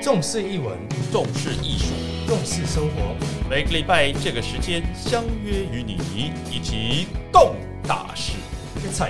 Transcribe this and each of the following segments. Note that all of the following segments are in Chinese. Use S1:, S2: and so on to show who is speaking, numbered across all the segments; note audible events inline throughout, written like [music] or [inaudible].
S1: 重视译文，
S2: 重视艺术，
S1: 重视生活。
S2: 每个礼拜这个时间相约与你一起共大事，
S1: 一起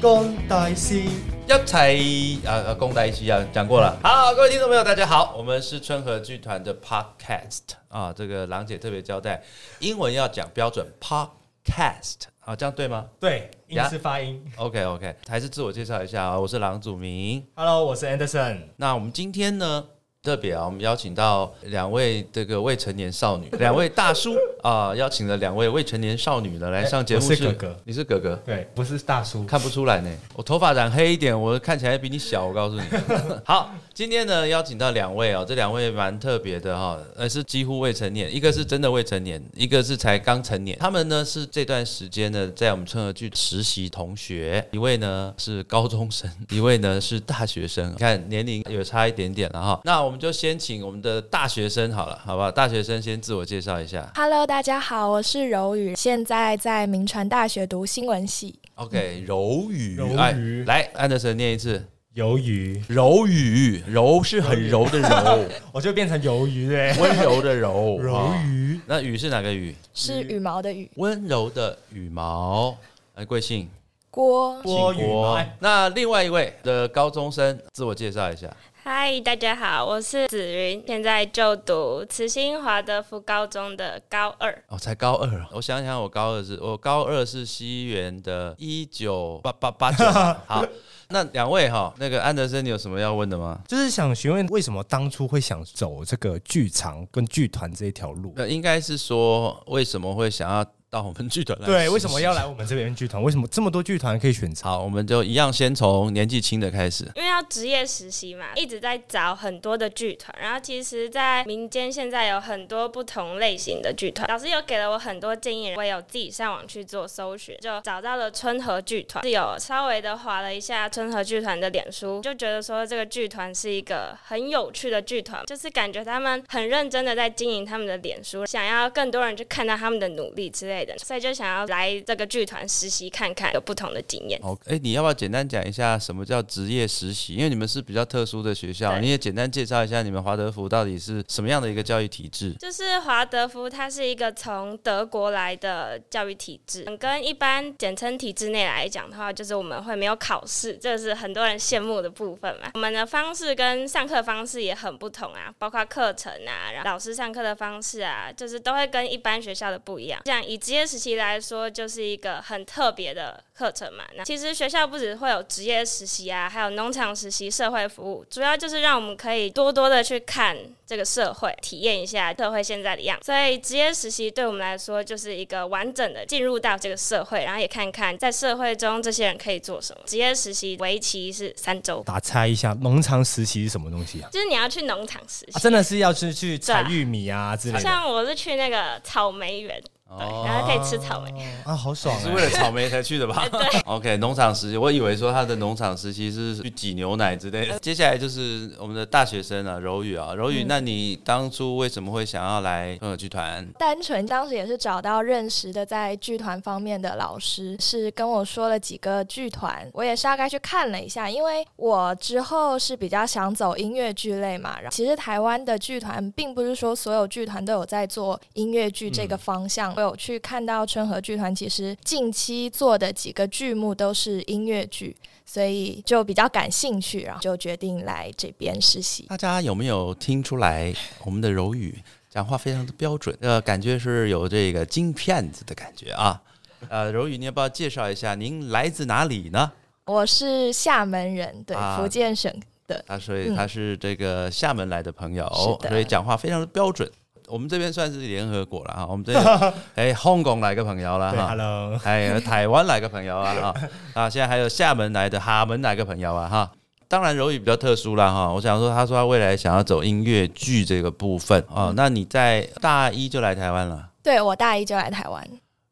S1: 干大事。
S2: 一齐啊啊，共大西啊，讲过了。好，各位听众朋友，大家好，我们是春和剧团的 Podcast 啊，这个郎姐特别交代，英文要讲标准 Podcast 啊，这样对吗
S1: 对，英
S2: 呀
S1: 式发音。
S2: ？OK OK，还是自我介绍一下啊，我是郎祖明。
S1: Hello，我是 Anderson。
S2: 那我们今天呢，特别啊，我们邀请到两位这个未成年少女，两位大叔啊、邀请了两位未成年少女呢来上节目
S1: 我是哥哥
S2: 你是哥哥。
S1: 对，不是大叔。
S2: 看不出来呢，我头发染黑一点，我看起来比你小。我告诉你， [laughs] 好，今天呢邀请到两位哦，这两位蛮特别的哈、呃是几乎未成年，一个是真的未成年，一个是才刚成年。他们呢是这段时间呢在我们春和剧实习同学，一位呢是高中生， [laughs] 一位呢是大学生，看年龄有差一点点了哈、那我们就先请我们的大学生好了，好不好？大学生先自我介绍一下。
S3: Hello，大家好，我是柔宇，现在在明传大学读新闻系。
S2: OK，柔语，
S1: 柔
S2: 哎
S1: 语
S2: 来，安德森念一次。
S1: 鱿鱼，
S2: 柔语，柔是很柔的柔，
S1: 我就变成鱿鱼嘞。
S2: [laughs] 温柔的柔。
S1: 鱿
S2: 啊
S1: 鱼，
S2: 那羽是哪个羽？
S3: 是羽毛的羽，
S2: 温柔的羽毛。哎，贵姓？
S3: 郭。
S1: 郭羽
S2: 姓
S1: 毛。
S2: 郭
S1: 哎。
S2: 那另外一位的高中生，自我介绍一下。
S4: 嗨，大家好，我是子云，现在就读慈心华德福高中的高二。
S2: 哦，才高二啊，我想想，我高二是，我高二是西元的一九八
S1: [laughs]
S2: 八八九。好，那两位哈，那个安德森，你有什么要问的吗？
S1: 就是想询问，为什么当初会想走这个剧场跟剧团这一条路？
S2: 那应该是说，为什么会想要到我们剧团来？
S1: 对，为什么要来我们这边剧团？为什么这么多剧团可以选择？
S2: 好，我们就一样，先从年纪轻的开始。
S4: 因为要职业实习嘛，一直在找很多的剧团，然后其实，在民间现在有很多不同类型的剧团，老师有给了我很多建议，我也有自己上网去做搜寻，就找到了春和剧团，是有稍微的划了一下春和剧团的脸书，就觉得说这个剧团是一个很有趣的剧团，就是感觉他们很认真的在经营他们的脸书，想要更多人去看到他们的努力之类的，所以就想要来这个剧团实习看看，有不同的经验。
S2: 哦，哎，你要不要简单讲一下什么叫职业实习？因为你们是比较特殊的学校，
S4: 对
S2: 你也简单介绍一下你们华德福到底是什么样的一个教育体制？
S4: 就是华德福，它是一个从德国来的教育体制，跟一般简称体制内来讲的话，就是我们会没有考试，这是很多人羡慕的部分嘛。我们的方式跟上课方式也很不同啊，包括课程啊，然后老师上课的方式啊，就是都会跟一般学校的不一样。像以职业实习来说，就是一个很特别的课程嘛。那其实学校不只会有职业实习啊，还有农场实习、社会服务，主要就是让我们可以多多的去看这个社会，体验一下社会现在的样子。所以职业实习对我们来说就是一个完整的进入到这个社会，然后也看看在社会中这些人可以做什么。职业实习为期是三周，
S1: 打猜一下，农场实习是什么东西
S4: [laughs]
S1: 啊？
S4: 就是你要去农场实习。
S1: 啊真的是要去去采玉米啊之类的，
S4: 像我是去那个草莓园，对，
S2: 哦
S4: 然后可以吃草莓。
S1: 啊，好爽
S2: 是
S1: 啊！
S2: 为了草莓才去的 [laughs] 吧？OK，农场实习，我以为说他的农场实习是去挤牛奶之类的。接下来就是我们的大学生啊，柔宇啊，柔宇，那你当初为什么会想要来朋友剧团？
S3: 单纯当时也是找到认识的在剧团方面的老师，是跟我说了几个剧团，我也是大概去看了一下，因为我之后是比较想走音乐剧类嘛。然后其实台湾的剧团并不是说所有剧团都有在做音乐剧这个方向，我有去看到春和剧团其实近期做的几个剧目都是音乐剧，所以就比较感兴趣，啊然后就决定来这边实习。
S2: 大家有没有听出来我们的柔宇讲话非常的标准？呃，感觉是有这个金片子的感觉啊。呃，柔宇，你要不要介绍一下您来自哪里呢？
S3: 我是厦门人，对，
S2: 啊
S3: 福建省。
S2: 他啊所以
S3: 嗯
S2: 他是这个厦门来的朋友，
S3: 是的
S2: 所以讲话非常的标准。我们这边算是联合国了啊哈，我们这边
S3: [laughs]
S2: 有哎，香港来个朋友了
S1: 对
S2: 哈，
S1: ，Hello， [laughs]
S2: 还有哎台湾来个朋友啊哈，啊，现在还有厦门来的、哈门来个朋友啊哈。当然，柔宇比较特殊啦哈。我想说，他说他未来想要走音乐剧这个部分
S1: 嗯
S2: 哦。那你在大一就来台湾了，
S3: 对我大一就来台湾，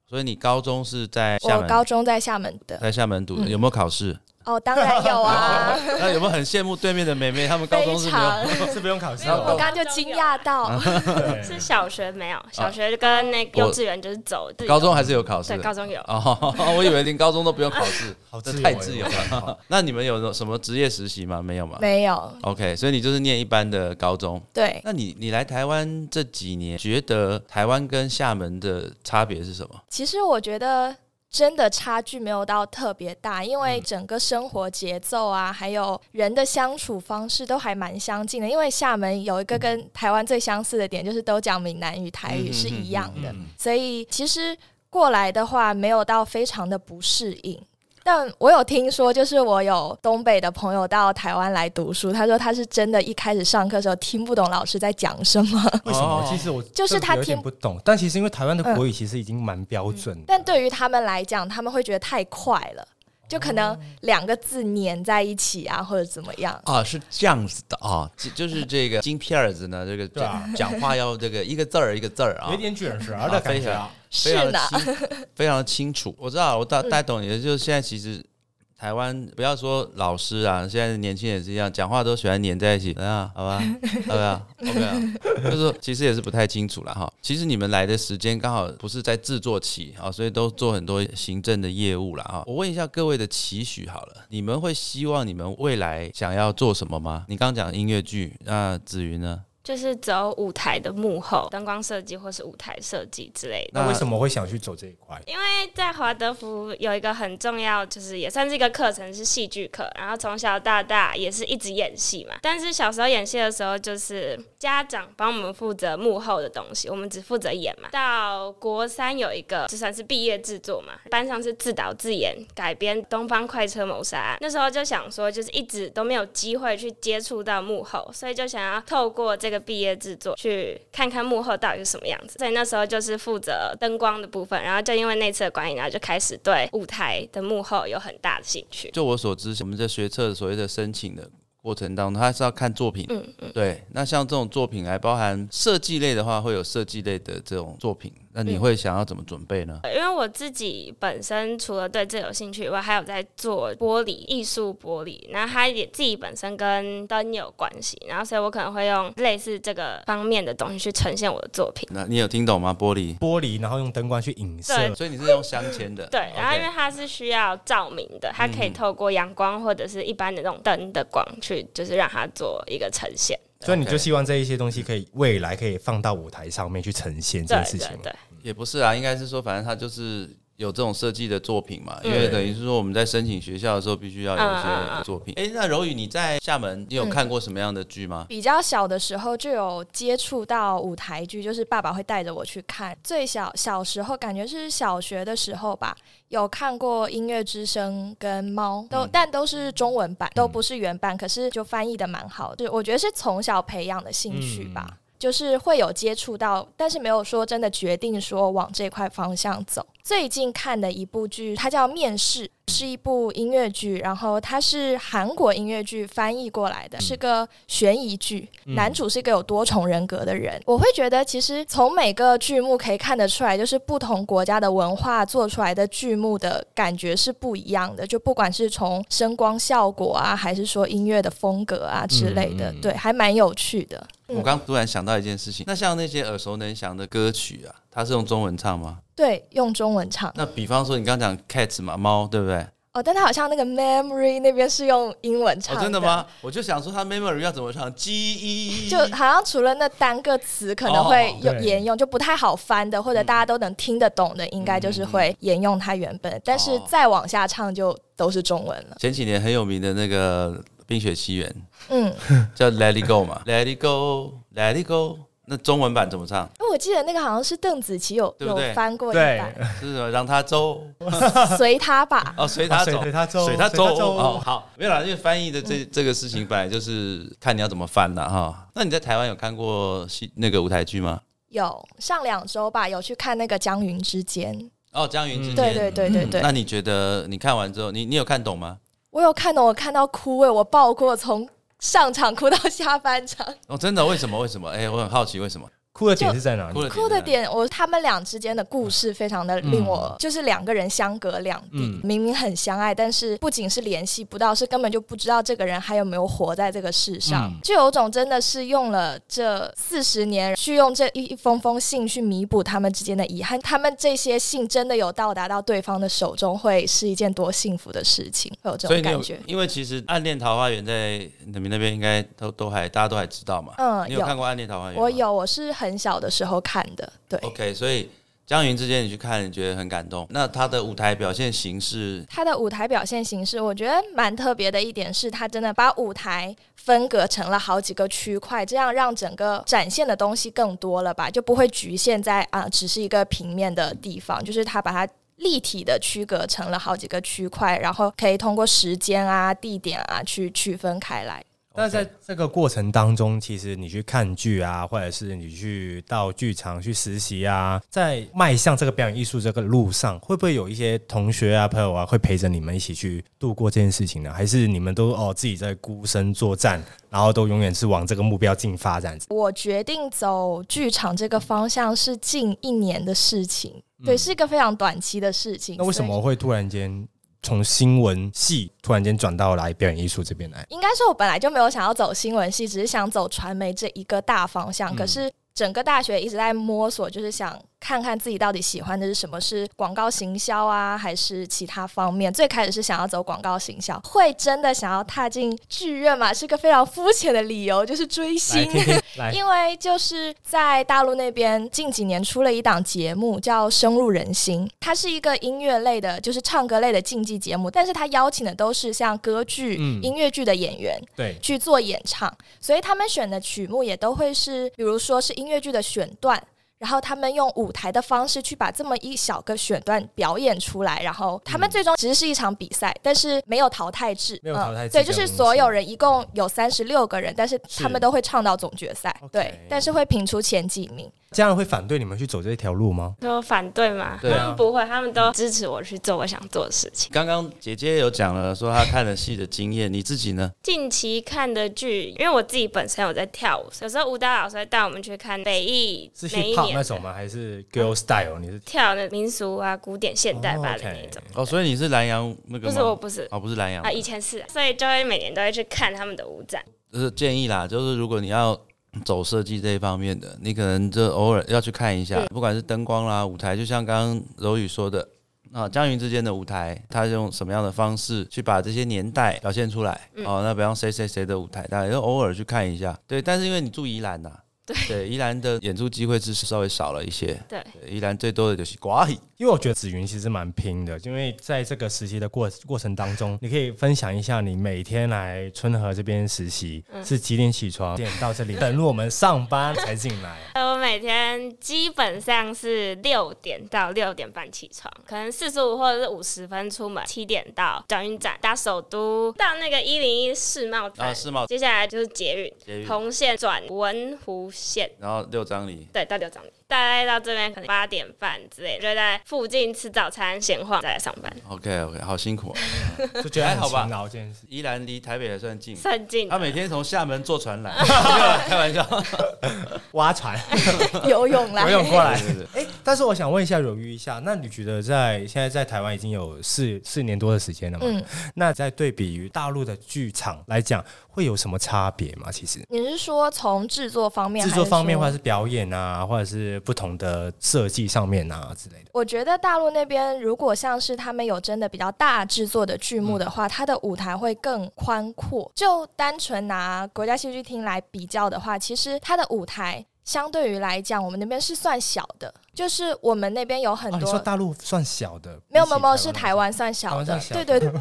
S2: 所以你高中是在厦
S3: 我
S2: 门，
S3: 高中在厦门的，
S2: 在厦门读的，
S1: [laughs]
S3: 嗯
S2: 有没有考试？
S3: 哦，当然有啊，
S2: 那有没有很羡慕对面的妹妹？他们 [laughs] 高
S3: 非
S2: 中是没有
S3: 常。
S1: 是不用考试
S2: 然
S3: 我
S2: 后
S1: 哦。
S3: 刚刚就惊
S2: [laughs]
S3: 讶到，
S4: 是小学没有，小学跟那个幼稚园就是走自由
S2: 啊高中还是有考试
S4: 对，高中有。
S2: 哦， [laughs] 我以为连高中都不用考试，
S1: [laughs] 好
S2: 这
S1: 自由
S2: 太
S1: 哦
S2: 自由了。那你们有什么职业实习吗？没有吗
S3: 没有，
S2: ？OK，所以你就是念一般的高中。
S3: 对，
S2: 那你你来台湾这几年，觉得台湾跟厦门的差别是什么？
S3: 其实我觉得真的差距没有到特别大，因为整个生活节奏啊，还有人的相处方式都还蛮相近的。因为厦门有一个跟台湾最相似的点，就是都讲闽南语、台语是一样的，所以其实过来的话，没有到非常的不适应。但我有听说，就是我有东北的朋友到台湾来读书，他说他是真的一开始上课的时候听不懂老师在讲什么，
S1: 为什么
S2: 哦？
S1: 其实我
S3: 就是他
S1: 有点
S3: 听嗯
S1: 不懂，但其实因为台湾的国语其实已经蛮标准的，
S3: 但对于他们来讲，他们会觉得太快了，就可
S2: 哦
S3: 能两个字粘在一起啊，或者怎么样。
S2: 啊，是这样子的啊，就就是这个金片儿子呢，这个
S1: 对啊
S2: 讲讲话要这个一个字儿一个字儿啊
S1: 有
S2: [laughs]
S1: 一，点卷舌的感觉啊。
S2: 非常的
S3: 是呢， [laughs] 嗯
S2: 清，非常的清楚。我知道，我大大概懂你的，就是现在其实台湾不要说老师啊，现在的年轻人也是一样，讲话都喜欢黏在一起
S3: [laughs]
S2: 啊，好吧，好吧，OK 啊，就是说其实也是不太清楚了哈。其实你们来的时间刚好不是在制作期啊，所以都做很多行政的业务了哈。我问一下各位的期许好了，你们会希望你们未来想要做什么吗？你刚讲音乐剧，那子云呢？
S4: 就是走舞台的幕后，灯光设计或是舞台设计之类的。
S1: 那为什么会想去走这一块？
S4: 因为在华德福有一个很重要，就是也算是一个课程是戏剧课，然后从小到大也是一直演戏嘛。但是小时候演戏的时候，就是家长帮我们负责幕后的东西，我们只负责演嘛。到国三有一个就算是毕业制作嘛，班上是自导自演改编《东方快车谋杀案》，那时候就想说，就是一直都没有机会去接触到幕后，所以就想要透过这个毕业制作去看看幕后到底是什么样子。所以那时候就是负责灯光的部分，然后就因为那次的关系，然后就开始对舞台的幕后有很大的兴趣。
S2: 就我所知，我们在学测所谓的申请的过程当中，它是要看作品。
S4: 嗯嗯，
S2: 对，那像这种作品还包含设计类的话，会有设计类的这种作品，那你会想要怎么准备呢？
S4: 因为我自己本身除了对这有兴趣以外，还有在做玻璃艺术玻璃，然后它也自己本身跟灯有关系，然后所以我可能会用类似这个方面的东西去呈现我的作品。
S2: 那你有听懂吗？玻璃，
S1: 玻璃，然后用灯光去影射，
S4: 对
S2: 所以你是用镶嵌的。
S4: 对，然后因为
S2: OK
S4: 它是需要照明的，它
S1: 嗯
S4: 可以透过阳光或者是一般的那种灯的光去，就是让它做一个呈现。
S1: 所以你就
S2: OK
S1: 希望这一些东西可以未来可以放到舞台上面去呈现这
S4: 对
S1: 件事情
S4: 对
S1: 吗。
S4: 对，
S2: 也不是啊，应该是说，反正它就是。有这种设计的作品嘛？因
S4: 嗯
S2: 为等于是说我们在申请学校的时候，必须要有一
S4: 嗯嗯
S2: 些
S4: 嗯
S2: 作品。哎、那柔宇你在厦门，你有看过什么样的剧吗？
S3: 比较小的时候就有接触到舞台剧，就是爸爸会带着我去看。最小小时候感觉是小学的时候吧，有看过《音乐之声》跟《猫》，都、
S2: 嗯
S3: 但都是中文版，都不是原版，可是就翻译的蛮好的。就我觉得是从小培养的兴趣吧。
S2: 嗯
S3: 就是会有接触到，但是没有说真的决定说往这块方向走。最近看的一部剧，它叫《面试》，是一部音乐剧，然后它是韩国音乐剧翻译过来的，是个悬疑剧，男主是一个有多重人格的人。我会觉得，其实从每个剧目可以看得出来，就是不同国家的文化做出来的剧目的感觉是不一样的，就不管是从声光效果啊，还是说音乐的风格啊之类的，对，还蛮有趣的。
S4: 嗯
S2: 我刚突然想到一件事情，那像那些耳熟能详的歌曲啊，它是用中文唱吗？
S3: 对，用中文唱
S2: 那比方说你刚讲 cats 嘛，猫对不对？
S3: 哦，但他好像那个 memory 那边是用英文唱
S2: 哦，真的？吗？我就想说它 memory 要怎么唱，E 记忆
S3: 就好像除了那单个词可能会
S2: 哦嗯
S3: 有
S1: 对
S3: 沿用，就不太好翻的，或者大家都能听得懂的，应该就是会沿用它原
S2: 嗯
S3: 本，但是再往下唱就都是中文了。
S2: 前几年很有名的那个《冰雪奇缘
S3: 嗯，》
S2: 叫 Let It Go 嘛 [laughs] ，Let It Go，Let It Go，那中文版怎么唱？
S3: 因哦为我记得那个好像是邓紫棋有
S2: 对不对
S3: 有翻过一
S1: 对
S3: 版，
S2: 是什么？让它走
S3: 随他吧。
S2: 哦，随它
S1: 啊随
S2: 走，
S1: 随它走
S2: 随它
S1: 随它
S2: 走。
S1: 走
S2: 哦，好，没有啦，因为翻译的这这个事情本来就是看你要怎么翻了哈。那你在台湾有看过戏那个舞台剧吗？
S3: 有上两周吧，有去看那个《江云之间》，
S2: 哦，江云之
S1: 嗯
S2: 间，
S3: 对对对对对，
S2: 那你觉得你看完之后，你你有看懂吗？
S3: 我有看哦懂，我看到哭哎，我爆哭，我从上场哭到下半场。
S2: 哦，真的？为什么？为什么？哎、我很好奇，为什么？
S1: 哭的点是在哪里
S2: 哭？了
S3: 酷的点，我他们俩之间的
S2: 嗯
S3: 故事非常的令我，就是两个人相隔两地，
S1: 嗯
S3: 明明很相爱，但是不仅是联系不到，是根本就不知道这个人还有没有活在这个世上，
S2: 嗯
S3: 就有种真的是用了这四十年去用这一一封封信去弥补他们之间的遗憾，他们这些信真的有到达到对方的手中，会是一件多幸福的事情，会有这
S2: 所以
S3: 种
S2: 你有
S3: 感觉，。
S2: 因为其实《暗恋桃花源》在你们那边应该都都还大家都还知道嘛。
S3: 嗯，
S2: 你有看过《暗恋桃花源》？
S3: 我。有，我是很小的时候看的，对。
S2: OK，所以江云之间你去看，你觉得很感动。那他的舞台表现形式，
S3: 他的舞台表现形式，我觉得蛮特别的一点是，他真的把舞台分隔成了好几个区块，这样让整个展现的东西更多了吧，就不会局限在啊、只是一个平面的地方，就是他把它。立体的区隔成了好几个区块，然后可以通过时间啊、地点啊去区分开来。
S1: 但在这个过程当中，其实你去看剧啊，或者是你去到剧场去实习啊，在迈向这个表演艺术这个路上，会不会有一些同学啊、朋友啊，会陪着你们一起去度过这件事情呢？还是你们都哦自己在孤身作战，然后都永远是往这个目标进发这样子？
S3: 我决定走剧场这个方向是近一年的事情，对，是一个非常短期的事情。
S1: 嗯那为什
S3: 所以
S1: 么会突然间从新闻系突然间转到来表演艺术这边来？
S3: 应该说，我本来就没有想要走新闻系，只是想走传媒这一个大方向。
S1: 嗯
S3: 可是整个大学一直在摸索，就是想看看自己到底喜欢的是什么，是广告行销啊，还是其他方面。最开始是想要走广告行销，会真的想要踏进剧院嘛？是个非常肤浅的理由，就是追
S1: 来
S3: 星。
S1: 听听，来
S3: [laughs] 因为就是在大陆那边近几年出了一档节目叫《深入人心》，它是一个音乐类的，就是唱歌类的竞技节目，但是它邀请的都是像歌剧、
S1: 嗯
S3: 音乐剧的演员，
S1: 对，
S3: 去做演唱，所以他们选的曲目也都会是，比如说是音乐剧的选段，然后他们用舞台的方式去把这么一小个选段表演出来，然后他们最终其实是一场比赛，但是没有淘汰制，
S1: 嗯没有淘汰制
S3: 对，
S1: 这
S3: 就
S1: 样东
S3: 是所
S1: 西
S3: 有人一共有三十六个人，但是他
S1: 是
S3: 们都会唱到总决赛，对
S1: OK，
S3: 但是会评出前几名。 [laughs]
S1: 这样会反对你们去走这条路吗？
S4: 都反对嘛？
S2: 对啊
S4: 他们不会，他们都支持我去做我想做的事情。
S2: 刚刚姐姐有讲了，说她看了戏的经验，你自己呢？
S4: 近期看的剧，因为我自己本身有在跳舞，有时候舞蹈老师会带我们去看北艺
S1: 是
S4: 每
S1: hip
S4: 一
S1: hop
S4: 年
S1: 那种吗？还是 girl style？你是
S4: 跳的民俗啊、古典、现代芭蕾
S1: 哦
S4: 那
S1: ，OK
S4: 种。
S2: 哦，所以你是南洋那个
S4: 不
S2: 吗？
S4: 是，我不是
S2: 哦，不是南洋
S4: 啊，以前是，所以就会每年都会去看他们的舞展。
S2: 就是建议啦，就是如果你要走设计这一方面的，你可能就偶尔要去看一下，不管是灯光啦、舞台，就像刚刚柔宇说的。啊，江云之间的舞台，他用什么样的方式去把这些年代表现出来？
S4: 嗯
S2: 哦，那比方谁谁谁的舞台，大家就偶尔去看一下。对，但是因为你住宜兰呐、
S4: 对
S2: 对，宜兰的演出机会是稍微少了一些。
S4: 对，
S2: 对宜兰最多的就是瓜语，
S1: 因为我觉得紫云其实蛮拼的，因为在这个实习的过过程当中，你可以分享一下你每天来春和这边实习、是几点起床，几点到这里，等我们上班才进来。
S4: 呃，我每天基本上是六点到六点半起床，可能四十五或者是五十分出门，七点到转运站搭首都，到那个一零一世贸站，
S2: 啊世贸
S4: 接下来就是捷
S2: 捷运
S4: 运红线转文湖线。
S2: 然后六张里
S4: 对，到六张，大概到这边可能八点半之类，就在附近吃早餐、闲晃，再来上班，
S2: ，OK OK，好辛苦、哦。
S1: 就觉得
S2: 还好
S1: 很
S2: 吧
S1: 勤劳这件事。
S2: 宜兰离台北还算近，
S4: 算近啊
S2: 他每天从厦门坐船来，
S4: [laughs]
S2: 没有啦开玩笑。
S1: 挖船
S3: 游泳啦，
S1: [laughs] 游泳过来
S2: 对对对。
S1: 哎、但是我想问一下柔玉一下，那你觉得在现在在台湾已经有四四年多的时间了嘛？
S3: 嗯
S1: 那在对比于大陆的剧场来讲，会有什么差别吗？其实
S3: [laughs] 你是说从制作方面还
S1: 制
S3: 是说，
S1: 作方面，或者是表演啊，或者是不同的设计上面啊之类的。
S3: 我觉得大陆那边，如果像是他们有真的比较大制作的剧
S1: 嗯
S3: 目的话，它的舞台会更宽阔。就单纯拿国家戏剧厅来比较的话，其实它的舞台相对于来讲，我们那边是算小的，就是我们那边有很
S1: 哦，你
S3: 多、
S1: 说大陆算小的？
S3: 没有没有
S1: 比起
S3: 没有是
S1: 湾
S3: 台湾算
S1: 台
S3: 小
S1: 湾
S3: 的，
S1: 算小
S3: 对对对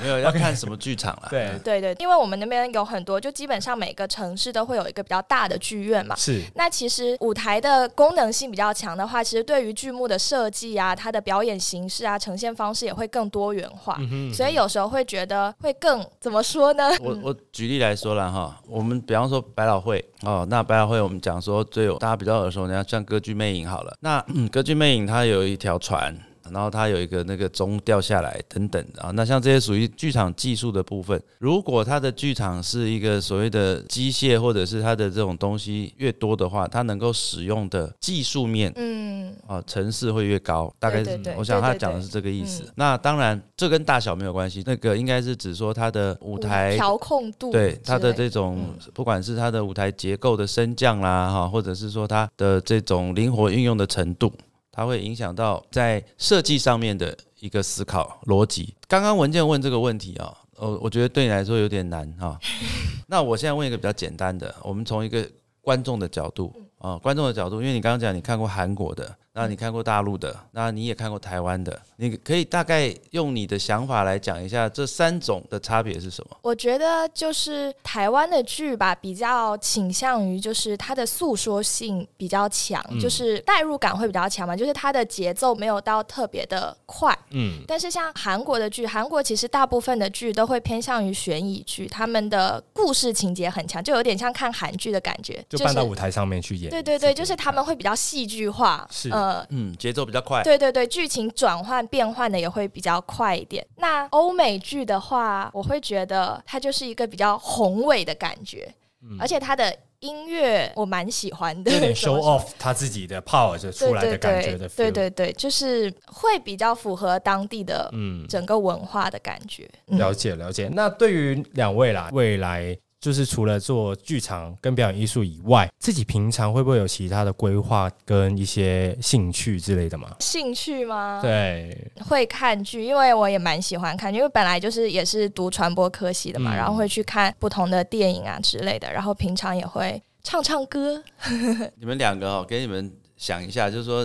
S2: 没有要看什么剧场啦。
S1: 对，
S3: 对对，因为我们那边有很多，就基本上每个城市都会有一个比较大的剧院嘛，
S1: 是
S3: 那其实舞台的功能性比较强的话，其实对于剧目的设计啊、它的表演形式啊、呈现方式也会更多元化，
S2: 嗯
S3: 所以有时候会觉得会更怎么说呢？
S2: 我我举例来说了哈，我们比方说百老汇哦，那百老汇我们讲说最有大家比较耳熟能详，像歌剧魅影好了。那、嗯歌剧魅影它有一条船，然后它有一个那个钟掉下来等等啊。那像这些属于剧场技术的部分，如果它的剧场是一个所谓的机械或者是它的这种东西越多的话，它能够使用的技术面
S3: 嗯，
S2: 啊，层次会越高，大概是
S3: 对对对
S2: 我想
S3: 对对嗯
S2: 他讲的是这个意思。那当然，这跟大小没有关系，那个应该是指说它的舞台。
S3: 调控度之类，嗯
S2: 对它的这种，不管是它的舞台结构的升降啦，哈，或者是说它的这种灵活运用的程度，它会影响到在设计上面的一个思考逻辑。刚刚文件问这个问题啊、哦，我觉得对你来说有点难
S3: [laughs]
S2: 哈、那我现在问一个比较简单的，我们从一个观众的角度
S3: 嗯
S2: 啊、观众的角度，因为你刚刚讲你看过韩国的，那你看过大陆的，那你也看过台湾的，你可以大概用你的想法来讲一下这三种的差别是什么？
S3: 我觉得就是台湾的剧吧，比较倾向于就是它的诉说性比较强，
S1: 嗯
S3: 就是代入感会比较强嘛，就是它的节奏没有到特别的快。
S1: 嗯，
S3: 但是像韩国的剧，韩国其实大部分的剧都会偏向于悬疑剧，他们的故事情节很强，就有点像看韩剧的感觉，
S1: 就是搬到舞台上面去演。
S3: 对对对，就是他们会比较戏剧化，
S1: 是
S3: 呃，
S2: 嗯，节奏比较快。
S3: 对对对，剧情转换变换的也会比较快一点。那欧美剧的话，我会觉得它就是一个比较宏伟的感觉，而且它的音乐我蛮喜欢的，
S1: 嗯有点
S3: 怎么
S1: show
S3: 说
S1: off 他自己的 power 就出来的感觉的 feel。
S3: 对对对对对，就是会比较符合当地的
S1: 嗯，
S3: 整个文化的感觉。嗯
S1: 了解了解。那对于两位啦，未来就是除了做剧场跟表演艺术以外，自己平常会不会有其他的规划跟一些兴趣之类的吗？
S3: 兴趣
S2: 啊
S3: 吗？
S1: 对，
S3: 会看剧，因为我也蛮喜欢看，因为本来就是也是读传播科系的嘛，
S1: 嗯
S3: 然后会去看不同的电影啊之类的，然后平常也会唱唱歌。
S2: 你们两个哦，给你们想一下，就是说，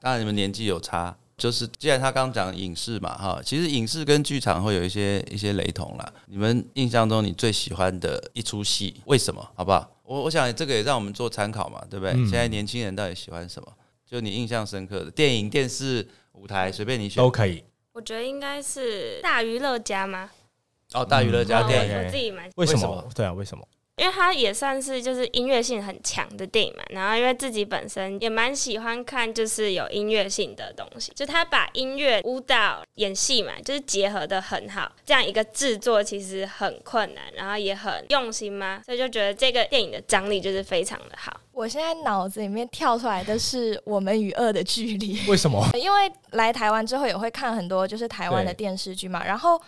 S2: 当然你们年纪有差，就是既然他刚刚讲影视嘛，哈，其实影视跟剧场会有一些一些雷同啦。你们印象中你最喜欢的一出戏，为什么？好不好？我我想这个也让我们做参考嘛，对不对？
S1: 嗯
S2: 现在年轻人到底喜欢什么？就你印象深刻的电影、电视、舞台，随便你选
S1: 都。可以。
S4: 我觉得应该是大娱乐家吗？
S2: 哦，大娱乐家
S1: 嗯
S2: 电影，
S1: OK
S4: 我自己蛮
S1: 为什
S2: 为什
S1: 么
S2: 么？
S1: 对啊，为什么？
S4: 因为它也算是就是音乐性很强的电影嘛，然后因为自己本身也蛮喜欢看就是有音乐性的东西，就他把音乐、舞蹈、演戏嘛，就是结合的很好。这样一个制作其实很困难，然后也很用心嘛，所以就觉得这个电影的张力就是非常的好。
S3: 我现在脑子里面跳出来的是《我们与恶的距离》
S1: 为什么？
S3: 因为来台湾之后也会看很多就是台湾的
S1: 对
S3: 电视剧嘛，然后。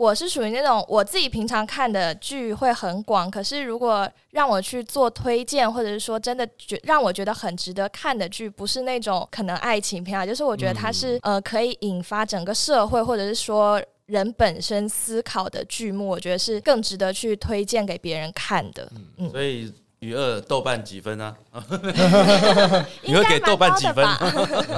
S3: 我是属于那种我自己平常看的剧会很广，可是如果让我去做推荐，或者是说真的觉让我觉得很值得看的剧，不是那种可能爱情片啊，就是我觉得它是、
S2: 嗯
S3: 呃可以引发整个社会或者是说人本身思考的剧目，我觉得是更值得去推荐给别人看的。嗯
S2: 所以。娱乐豆瓣几分啊？你
S3: 应
S2: 会
S3: 该
S2: 给豆瓣
S3: 蛮
S2: 几
S3: 高的
S2: 分
S3: 吧？ [laughs]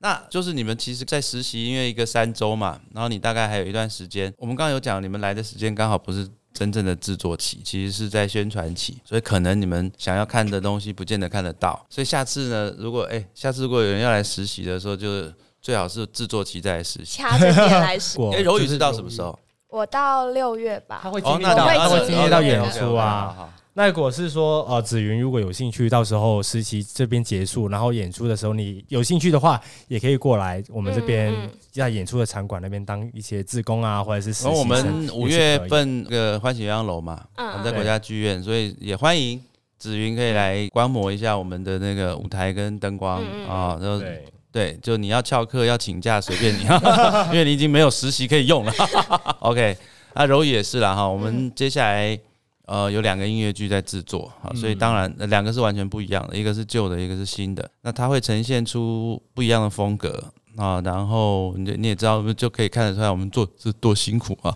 S2: 那就是你们其实，在实习，因为一个三周嘛，然后你大概还有一段时间。我们刚刚有讲，你们来的时间刚好不是真正的制作期，其实是在宣传期，所以可能你们想要看的东西，不见得看得到。所以下次呢，如果哎、下次如果有人要来实习的时候，就是最好是制作期再来实习。
S3: 掐着点来说，
S1: 我
S2: [laughs] 哎、柔宇是到什么时？候？
S3: 我到六月吧，
S1: 他会
S2: 哦
S1: 经，历
S2: 那
S1: 到，
S3: 我会
S1: 他会
S3: 经
S1: 经
S3: 历
S1: 历到
S3: 到
S1: 演
S3: 的
S1: 出啊。。那如果是说，呃，子云如果有兴趣，到时候实习这边结束，然后演出的时候，你有兴趣的话，也可以过来我们这边
S4: 嗯嗯
S1: 在演出的场馆那边当一些志工啊，或者是实习
S2: 然
S1: 生。
S2: 嗯后我们五
S1: 也
S2: 月
S1: 是可以，
S2: 份那个欢喜鸳鸯楼嘛，
S4: 嗯
S2: 我们在国家剧院，所以也欢迎紫云可以来观摩一下我们的那个舞台跟灯光
S4: 嗯嗯
S2: 啊，然后
S1: 对，
S2: 对，就你要翘课要请假随便你， [laughs] 因为你已经没有实习可以用了。OK，那柔宇也是啦哈，我们接下来呃有两个音乐剧在制作啊，所以当然呃两个是完全不一样的，一个是旧的，一个是新的，那它会呈现出不一样的风格。啊，然后你就你也知道，就可以看得出来我们做是多辛苦啊。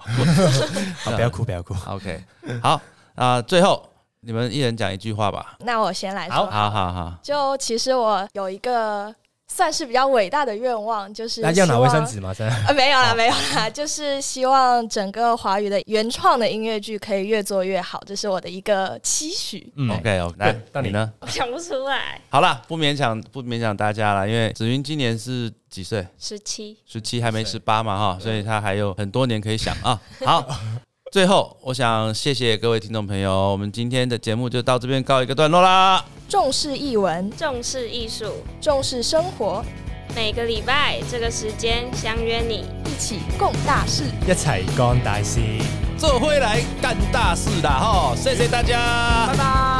S1: 好，啊不要哭，不要哭。
S2: [laughs] OK，好啊、最后你们一人讲一句话吧。
S3: 那我先来说。
S1: 好
S2: 好好好，
S3: 就其实我有一个算是比较伟大的愿望，就是
S1: 那要拿
S3: 希
S1: 卫
S3: 望
S1: 生纸吗？真的，
S3: 呃，没有啦， [laughs] 没有啦，就是希望整个华语的原创的音乐剧可以越做越好，这是我的一个期许。
S1: 嗯
S2: OK，哦来
S1: 对，到你
S2: 你呢？
S4: 我想不出来，
S2: 好啦，不勉强不勉强大家了，因为子云今年是几岁？
S4: 十七。
S2: 十七还没
S1: 17
S2: 十八嘛哈，所以他还有很多年可以想 [laughs] 啊。好，最后我想谢谢各位听众朋友，我们今天的节目就到这边告一个段落啦。
S3: 重视译文，
S4: 重视艺术，
S3: 重视生活，
S4: 每个礼拜这个时间相约你。
S5: 一起共大事。
S1: 一齊講大事。
S2: 这回来干大事啦！哈，谢谢大家，
S5: 拜拜。